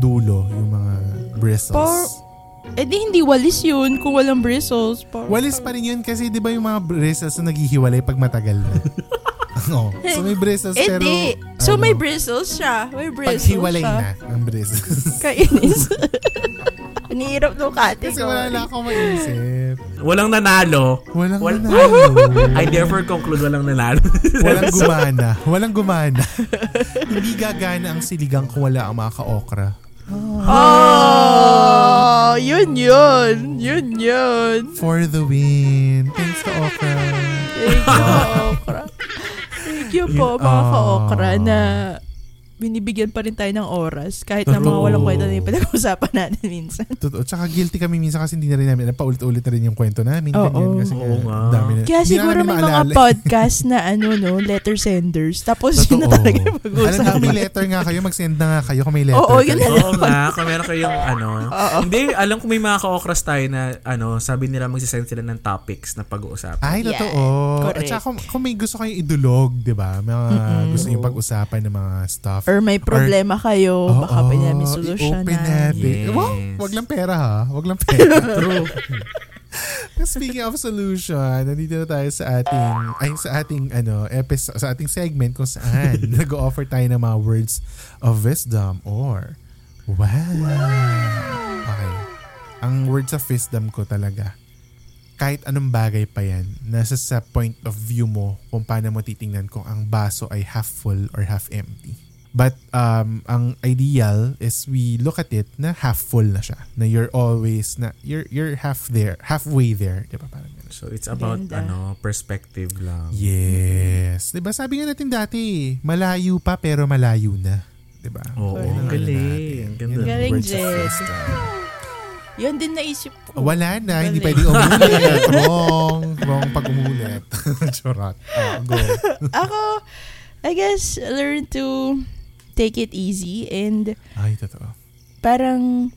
B: dulo, yung mga bristles.
C: Por- Eh di hindi walis yun kung walang bristles. Par-
B: Walis pa rin yun kasi di ba yung mga bristles na naghihiwalay pag matagal
C: [LAUGHS]
B: na? Oo. So may bristles
C: Eh
B: pero...
C: di. So
B: ano,
C: may bristles siya. May bristles
B: Paghiwalay
C: siya.
B: na ang ah. bristles.
C: Kainis. [LAUGHS] Nihirap nung kate
B: [LAUGHS] kasi wala na akong maisip.
E: Walang nanalo.
B: Walang
E: Wal- [LAUGHS]
B: nanalo.
E: I therefore conclude [LAUGHS] walang nanalo.
B: Walang gumana. Walang gumana. [LAUGHS] Hindi gagana ang siligang kung wala ang mga ka-okra.
C: Oh, yun yun. Yun yun.
B: For the win. Thanks to okra.
C: Thank you, okra. Thank you po, mga
B: ah.
C: ka-okra na binibigyan pa rin tayo ng oras kahit na mga
E: True.
C: walang kwenta na yung pinag-usapan natin minsan.
B: Totoo. Tsaka guilty kami minsan kasi hindi na rin namin, napaulit-ulit na rin yung kwento namin.
C: Oo.
B: Ganyan, kasi
E: Oo nga.
B: dami na-
C: Kaya
B: hindi na
C: siguro
B: namin
C: may mga
B: maalala.
C: podcast na ano no, letter senders. Tapos yun na
B: Totoo. Ano
C: talaga
B: Alam niyo,
C: yung
B: kung may
C: pag-uusapan.
B: letter nga kayo, mag-send na nga kayo kung may letter
C: Oo, yun
B: kayo.
C: na
E: Oo nga, kung meron kayong ano. Hindi, alam ko may mga ka-okras tayo na ano, sabi nila magsisend sila ng topics na pag-uusapan.
B: Ay,
C: Yan.
B: totoo. At
C: Correct.
B: saka kung, kung may gusto kayong idulog, di ba? Mga gusto nyo pag-usapan ng mga stuff.
C: Or may problema kayo,
B: Oo,
C: baka pwede namin solusyonan.
B: i-open natin.
E: Yes.
B: Wow, wag lang pera ha. Wag lang
C: [LAUGHS]
B: pera. True. [LAUGHS] Speaking of solution, nandito na tayo sa ating ay sa ating ano episode sa ating segment kung
C: [LAUGHS]
B: saan nag-offer tayo ng mga words of wisdom or wow. Okay. Ang words of wisdom ko talaga kahit anong bagay pa yan, nasa sa point of view mo kung paano mo titingnan kung ang baso ay half full or half empty. But um, ang ideal is we look at it na half full na siya. Na you're always na you're you're half there, halfway there, 'di ba? Parang ganun.
E: So it's about
C: Ganda.
E: ano, perspective lang.
B: Yes. 'Di ba? Sabi nga natin dati, malayo pa pero malayo na, 'di ba?
E: Oo,
B: Yun ang ano
E: ang galing.
B: natin.
E: Ang ganda.
B: Yun ang
C: Galing,
B: words of
C: Jed.
B: wisdom.
C: Yun din naisip ko.
B: Wala na, hindi pwedeng
C: Galing.
B: umulit. wrong, wrong pag umulit. [LAUGHS] Charot. Ah, go.
C: Ako, I guess, learn to take it easy and
B: Ay, totoo.
C: parang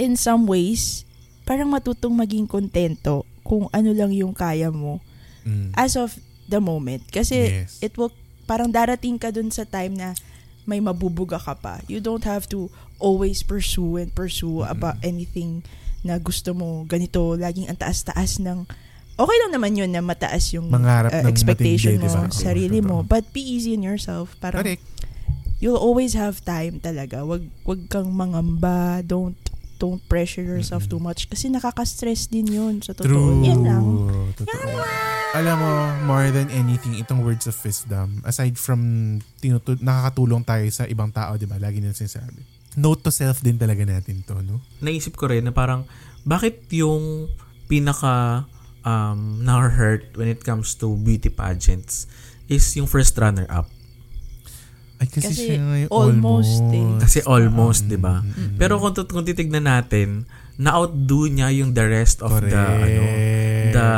C: in some ways, parang matutong maging kontento kung ano lang yung kaya mo
B: Mm.
C: as of the moment. Kasi
B: Yes.
C: it will, parang darating ka dun sa time na may mabubuga ka pa. You don't have to always pursue and pursue about anything na gusto mo ganito. Laging ang taas-taas ng Okay lang naman yun na mataas yung uh,
B: Mangarap ng
C: expectation
B: matindi,
C: mo,
B: diba? Oo,
C: sarili mo.
B: totoo.
C: But be easy on yourself. Parang
B: Correct.
C: you'll always have time talaga. Wag wag kang mangamba. Don't don't pressure yourself too much kasi nakaka-stress din 'yun sa totoo.
B: True.
C: Yan lang.
B: Totoo. Alam mo, more than anything, itong words of wisdom, aside from tinutu- nakakatulong tayo sa ibang tao, di ba? Lagi nila sinasabi. Note to self din talaga natin to, no?
E: Naisip ko rin na parang bakit yung pinaka um, na-hurt when it comes to beauty pageants is yung first runner-up.
B: Ay, kasi,
C: Kasi
B: siya nga yung almost.
C: almost, eh.
E: Kasi almost, di ba? Pero kung, tut- kung titignan natin, na-outdo niya yung the rest of the ano, the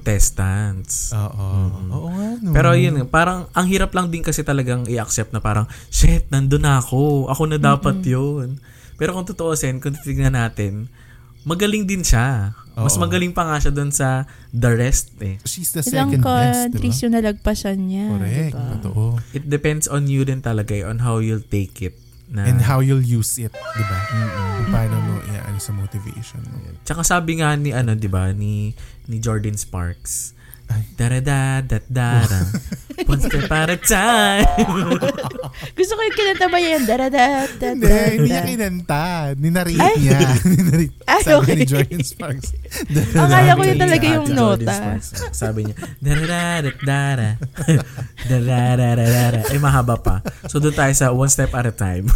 E: contestants.
B: Oo. Oo nga, no?
E: Pero yun, parang ang hirap lang din kasi talagang i-accept na parang, shit, nandun na ako. Ako na dapat yun. Pero kung totoosin, kung titignan natin, magaling din siya. Mas
B: Oo.
E: magaling pa nga siya dun sa The Rest eh.
B: She's the
C: Ilang
B: second best,
C: countries
B: diba?
C: yung nalagpasan niya.
B: Correct,
C: diba?
B: totoo.
E: It depends on you din talaga eh, on how you'll take it. Na,
B: And how you'll use it, diba?
E: Mm-hmm.
B: Kung paano mo iaan sa motivation mo.
E: Tsaka sabi nga ni ano, 'di ba, ni ni Jordan Sparks.
B: Ay.
E: Darada dat
B: [LAUGHS]
E: dara. One step at a time. [LAUGHS]
C: Gusto ko yung kinanta ba yan? Daradat,
B: Hindi, hindi niya kinanta. Ninarate niya. Ninarate.
C: [LAUGHS] Ay,
B: Sabi
C: okay.
B: ni Jordan Sparks.
C: Akala ko yun
E: Sabi
C: talaga
E: ni
C: yung
E: Ate Jordan
C: nota.
E: Sparks, Sabi niya, darada dara. Darada Eh mahaba pa. So doon tayo sa one step at a time.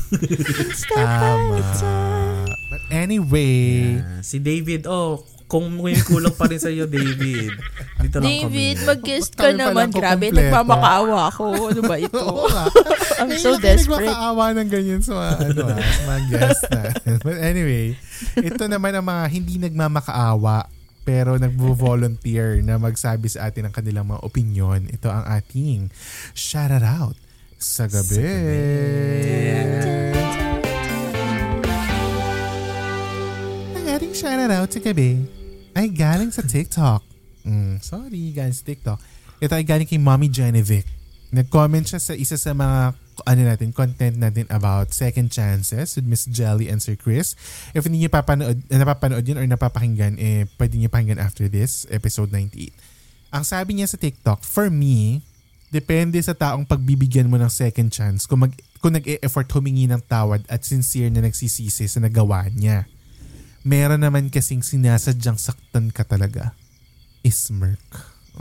B: Tama. ah, But anyway,
E: Ah, si David, oh, kung may kulang pa rin sa iyo, David. Dito lang
C: David,
E: kami.
C: mag-guest
B: Kami
C: ka
B: pa
C: naman.
B: lang
C: Grabe,
B: kukumpleto.
C: nagmamakaawa ako. Ano ba ito?
B: [LAUGHS] Oo nga.
C: I'm
B: Ngayon lang Ah,
C: so
B: kayo
C: desperate.
B: nagmakaawa ng ganyan sa mga, ano, ah, sa mga guest na. [LAUGHS] But anyway, ito naman ang mga hindi nagmamakaawa pero nagvo-volunteer na magsabi sa atin ng kanilang mga opinion. Ito ang ating shout out sa gabi. Ang ating shout out sa gabi ay galing sa TikTok. Mm, sorry, galing sa TikTok. Ito ay galing kay Mommy Genevieve. Nag-comment siya sa isa sa mga ano natin, content natin about second chances with Miss Jelly and Sir Chris. If hindi niyo papanood, eh, napapanood yun or napapakinggan, eh, pwede niyo pakinggan after this, episode 98. Ang sabi niya sa TikTok, for me, depende sa taong pagbibigyan mo ng second chance kung, mag, kung nag-e-effort humingi ng tawad at sincere na nagsisisi sa nagawa niya meron naman kasing sinasadyang saktan ka talaga. Ismirk.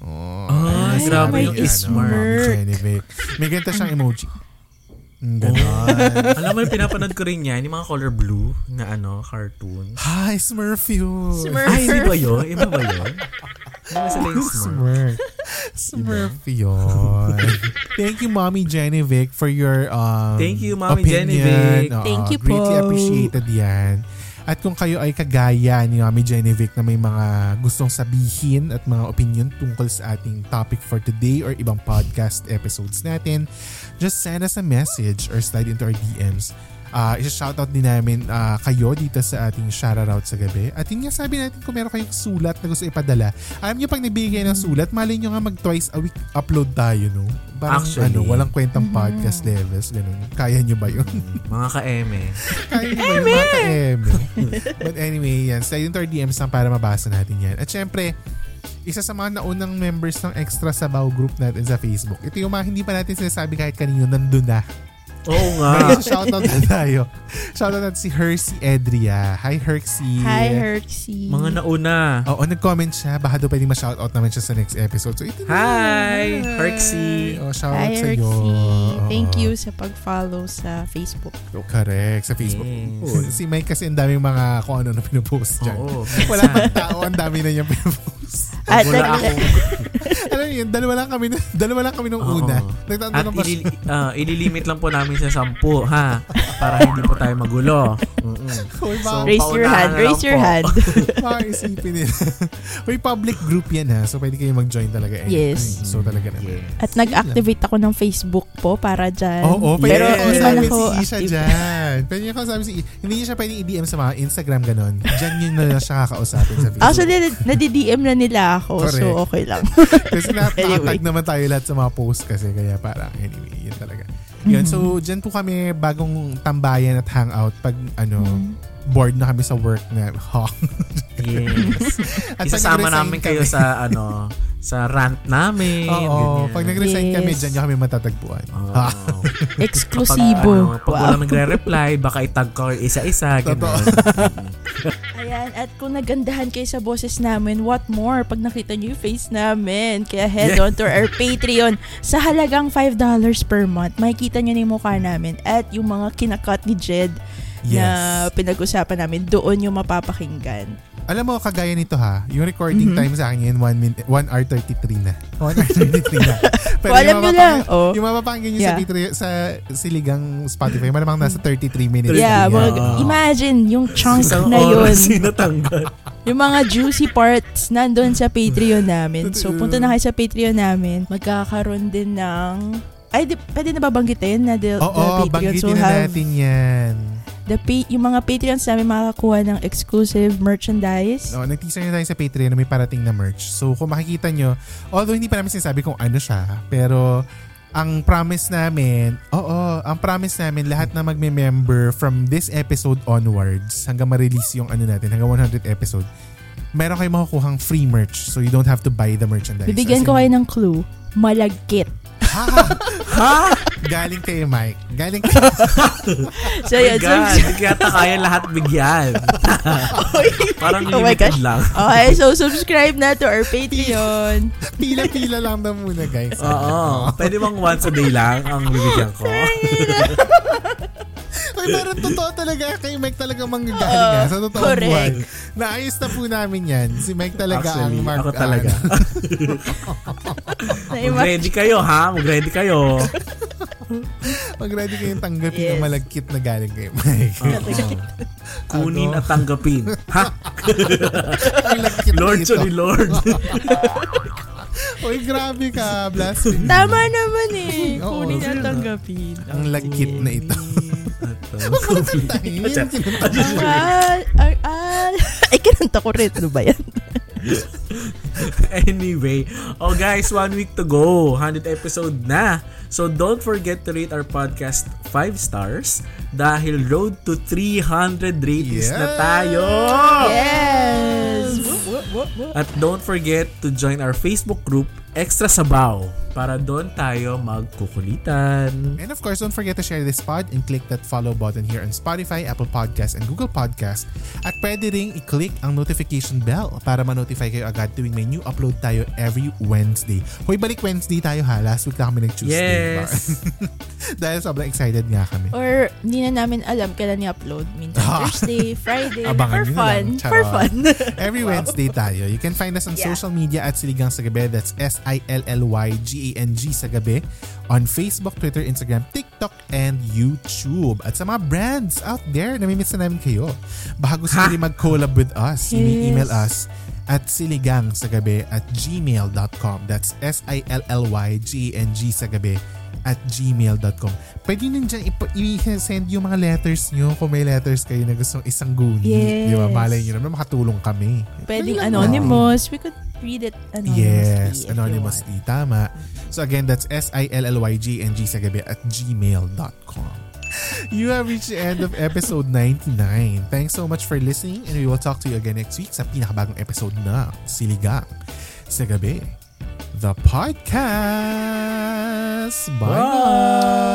B: Oh,
E: Ay,
C: grabe
B: sabi
C: yung
B: ni, ano,
E: ismirk.
B: Ma'am Genevieve. May ganito siyang emoji. Mm,
E: Oh.
B: Ganon.
E: Alam mo, yung pinapanood ko rin yan, yung mga color blue na ano, cartoon.
B: Hi, Smurf Ah, yun.
C: Smurf.
E: Ay, hindi ba yun? Iba ba yun? Ano sa yung smart?
B: Smurf. Smurf yun. Thank you, Mommy Genevieve, for your um,
E: Thank you, Mommy
B: opinion.
E: Genevieve.
B: Oo,
C: Thank you
B: Greatly
C: po.
B: appreciated yan. At kung kayo ay kagaya ni Mommy Genevieve na may mga gustong sabihin at mga opinion tungkol sa ating topic for today or ibang podcast episodes natin, just send us a message or slide into our DMs. Uh, isa-shoutout din namin ah, kayo dito sa ating shoutout sa gabi. At yun nga sabi natin kung meron kayong sulat na gusto ipadala. Alam nyo pag nabigay ng sulat, malay nyo nga mag twice a week upload tayo, no? Parang
E: Actually.
B: ano, walang kwentang podcast levels, ganun. Kaya nyo ba yun?
E: Mga eh. ka-eme.
B: Kaya nyo ba yun? Mga
C: eh!
B: eme. eh. But anyway, yan. Slide into our DMs lang para mabasa natin yan. At syempre, isa sa mga naunang members ng Extra Sabaw group natin sa Facebook. Ito yung mga hindi pa natin sinasabi kahit kanino, nandun na.
E: Oo nga.
B: Pero shoutout na tayo. Shoutout natin si Hersey Edria. Hi, Hersey.
C: Hi, Herxy.
E: Mga nauna.
B: Oo, nag-comment siya. Baka daw pwede ma-shoutout naman siya sa next episode. So, ito na.
E: Hi! Herxy!
B: Oh, shoutout
C: Hi,
B: sa'yo.
C: Herxy.
B: Oo.
C: Thank you sa pag-follow sa Facebook.
B: Correct. Sa Facebook.
E: Yes.
B: Oo, si Mike kasi ang daming mga kung ano na pinupost dyan.
E: Oo.
B: Wala pang tao, ang dami na niya
C: [LAUGHS]
B: pinupost.
C: At
E: Wala
C: nag-
E: akong
B: Alam niyo yun, dalawa lang kami, na- dalawa lang kami nung
E: Oo.
B: una.
E: At
B: Nagtatanong pa siya.
E: ilili-
B: [LAUGHS]
E: ah, ililimit lang po namin sa sampu, ha? Para hindi po tayo magulo. Mm-mm.
B: Uy, baka-
C: raise your hand.
E: paunahan na
C: Raise
E: lang
C: your
E: po. [LAUGHS]
C: hand.
B: Baka isipin nila. [LAUGHS] Uy, public group yan ha. So, pwede kayo mag-join talaga. anytime.
C: Yes.
B: So, talaga naman.
E: Yeah.
C: At nag-activate ako ng Facebook po para dyan.
B: Oo, pwede
C: Pero
B: niyo
C: hindi man
B: kausapin
C: ako
B: si Isha
C: active.
B: dyan. Pwede niyo kausapin si Isha. Hindi niya siya pwede i-DM sa mga Instagram ganon. Dyan yun na lang siya kakausapin sa Facebook.
C: Actually, nad- nadi-DM na nila ako. So,
B: Correct.
C: okay
E: [LAUGHS]
C: lang.
B: Kasi lahat
C: Anyway.
B: nakatag naman tayo lahat sa mga post kasi. Kaya parang anyway, yun talaga. Yun, so dyan po kami bagong tambayan at hangout pag ano, bored na kami sa work na ha.
E: Yes.
B: At pag
E: Isasama
B: nag-resign
E: namin kayo
B: kami-
E: sa ano sa rant namin.
B: Oo,
E: ganyan.
B: pag nag-resign kami,
C: Yes.
B: dyan nyo kami matatagpuan.
E: Oo.
B: Ha?
E: Pag,
C: Eksklusibo.
E: ano, pag walang nagre-reply, baka itag ko kayo isa-isa.
B: Totoo.
E: Ganun.
B: [LAUGHS]
C: Ayan, at kung nagandahan kayo sa boses namin, what more pag nakita niyo yung face namin? Kaya head on to our Patreon. Sa halagang $5 per month, makikita niyo na yung mukha namin at yung mga kinakat ni Jed na
B: Yes.
C: pinag-usapan namin, doon yung mapapakinggan.
B: Alam mo, kagaya nito ha, yung recording time sa akin yun, 1 minute, 1 hour 33 na. 1 hour 33 na. yung
C: Kung alam nyo
B: mapapakinggan-
C: lang, oh.
B: Yung mapapakinggan nyo sa,
C: Yeah.
B: titri- sa siligang Spotify, malamang nasa 33 minutes.
C: Yeah,
B: na yan.
C: mga- imagine yung chunk
E: Isang
C: na yun.
E: oras sinatanggal.
C: Yung mga juicy parts nandun sa Patreon namin. So, punta na kayo sa Patreon namin. Magkakaroon din ng... Ay, di, pwede na ba banggitin na the,
B: Oo,
C: the Patreon?
B: banggitin na natin yan.
C: The pa- yung mga Patreons namin makakakuha ng exclusive merchandise.
B: No, nag-teaser na tayo sa Patreon na may parating na merch. So kung makikita nyo, although hindi pa namin sinasabi kung ano siya, pero ang promise namin, oo, ang promise namin lahat na magme-member from this episode onwards hanggang ma-release yung ano natin, hanggang 100 episode, meron kayong makukuhang free merch so you don't have to buy the merchandise. As
C: Bibigyan ko
B: in,
C: kayo ng clue. Malagkit.
B: Ha? ha? Galing kay Mike. Galing kay... [LAUGHS]
C: So, yun. So,
E: Oh God,
C: [LAUGHS]
E: hindi kaya kaya lahat
B: [LAUGHS]
E: bigyan. Parang
C: Oh my gosh.
E: limited lang.
C: okay, so subscribe na to our Patreon.
E: [LAUGHS]
B: Pila-pila lang na muna guys.
E: Ah, Oo. Pwede bang once a day lang ang bibigyan ko?
B: Ay,
E: Eh.
B: pero totoo talaga kay Mike talaga manggagaling ha, sa totoong
C: correct.
B: buhay. Naayos na po namin yan. Si Mike talaga ang
E: Actually,
B: mark. ano.
E: ako talaga.
C: Na-ima-
E: Mag-ready kayo ha? Mag-ready kayo.
B: Pag ready kayong tanggapin
C: Yes.
B: ang malagkit na galing kay Mike.
E: Ah. [LAUGHS] Kunin at tanggapin. Ha?
B: malagkit
E: Lord
B: dito.
E: siya ni Lord. [LAUGHS]
B: Uy, grabe ka. Blasphemy.
C: Tama naman eh.
B: Oo,
C: Kunin
B: sure
C: at tanggapin.
B: ang lagkit na ito.
C: Mm.
B: [LAUGHS] Ayun, kinanta.
C: Ang al, ang al. [LAUGHS] Ay, kinanta ko rin. Ano ba yan?
E: anyway, oh guys, one week to go. 100 episode na. So don't forget to rate our podcast 5 stars dahil road to 300 ratings na
B: Yeah.
E: tayo.
C: Yes!
E: At don't forget to join our Facebook group Extra Sabaw para doon tayo magkukulitan.
B: And of course, don't forget to share this pod and click that follow button here on Spotify, Apple Podcast, and Google Podcast. At pwede ring i-click ang notification bell para ma-notify kayo agad tuwing may new upload tayo every Wednesday. Hoy, balik Wednesday tayo ha. Last week na kami nag-Tuesday.
E: Yes.
B: diba? [LAUGHS] Dahil sobrang excited nga kami.
C: Or, hindi na namin alam kailan i-upload. Minsan
B: Ah.
C: Thursday,
B: [LAUGHS]
C: Friday.
B: Abangan
C: for
B: nyo na
C: fun.
B: lang.
C: For
B: Charot. [LAUGHS]
C: fun. [LAUGHS]
B: Every Wednesday tayo. You can find us on
C: Yeah.
B: social media at Siligang sa Gabi. That's S-I-L-L-Y-G-A-N-G sa Gabi. On Facebook, Twitter, Instagram, TikTok, and YouTube. At sa mga brands out there, namimiss na namin kayo. Baka gusto nyo rin mag-collab with us, you may
C: Yes.
B: email us at siligang sa gabi at gmail.com. That's S-I-L-L-Y-G-A-N-G sa gabi at gmail.com. Pwede nyo dyan ipo- i-send yung mga letters nyo kung may letters kayo na gustong isang guni.
C: Yes.
B: Di ba? Malay nyo naman makatulong kami.
C: Pwedeng
B: Ano lang
C: anonymous. We could read it anonymously.
B: Yes,
C: if you want.
B: anonymously. Tama. So again, that's S-I-L-L-Y-G-N-G sa gabi at gmail.com. You have reached the end of episode 99. Thanks so much for listening and we will talk to you again next week sa pinakabagong episode na Siligang sa Gabi, the podcast. Bye!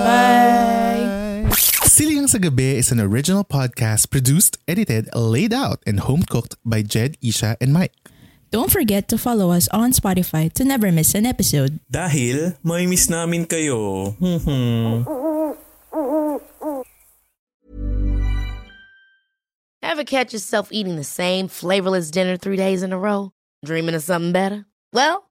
B: Bye! Siligang sa Gabi is an original podcast produced, edited, laid out, and home-cooked by Jed, Isha, and Mike.
C: Don't forget to follow us on Spotify to never miss an episode.
D: Dahil may miss namin kayo. Hmm,
F: Ever catch yourself eating the same flavorless dinner three days in a row? Dreaming of something better? Well,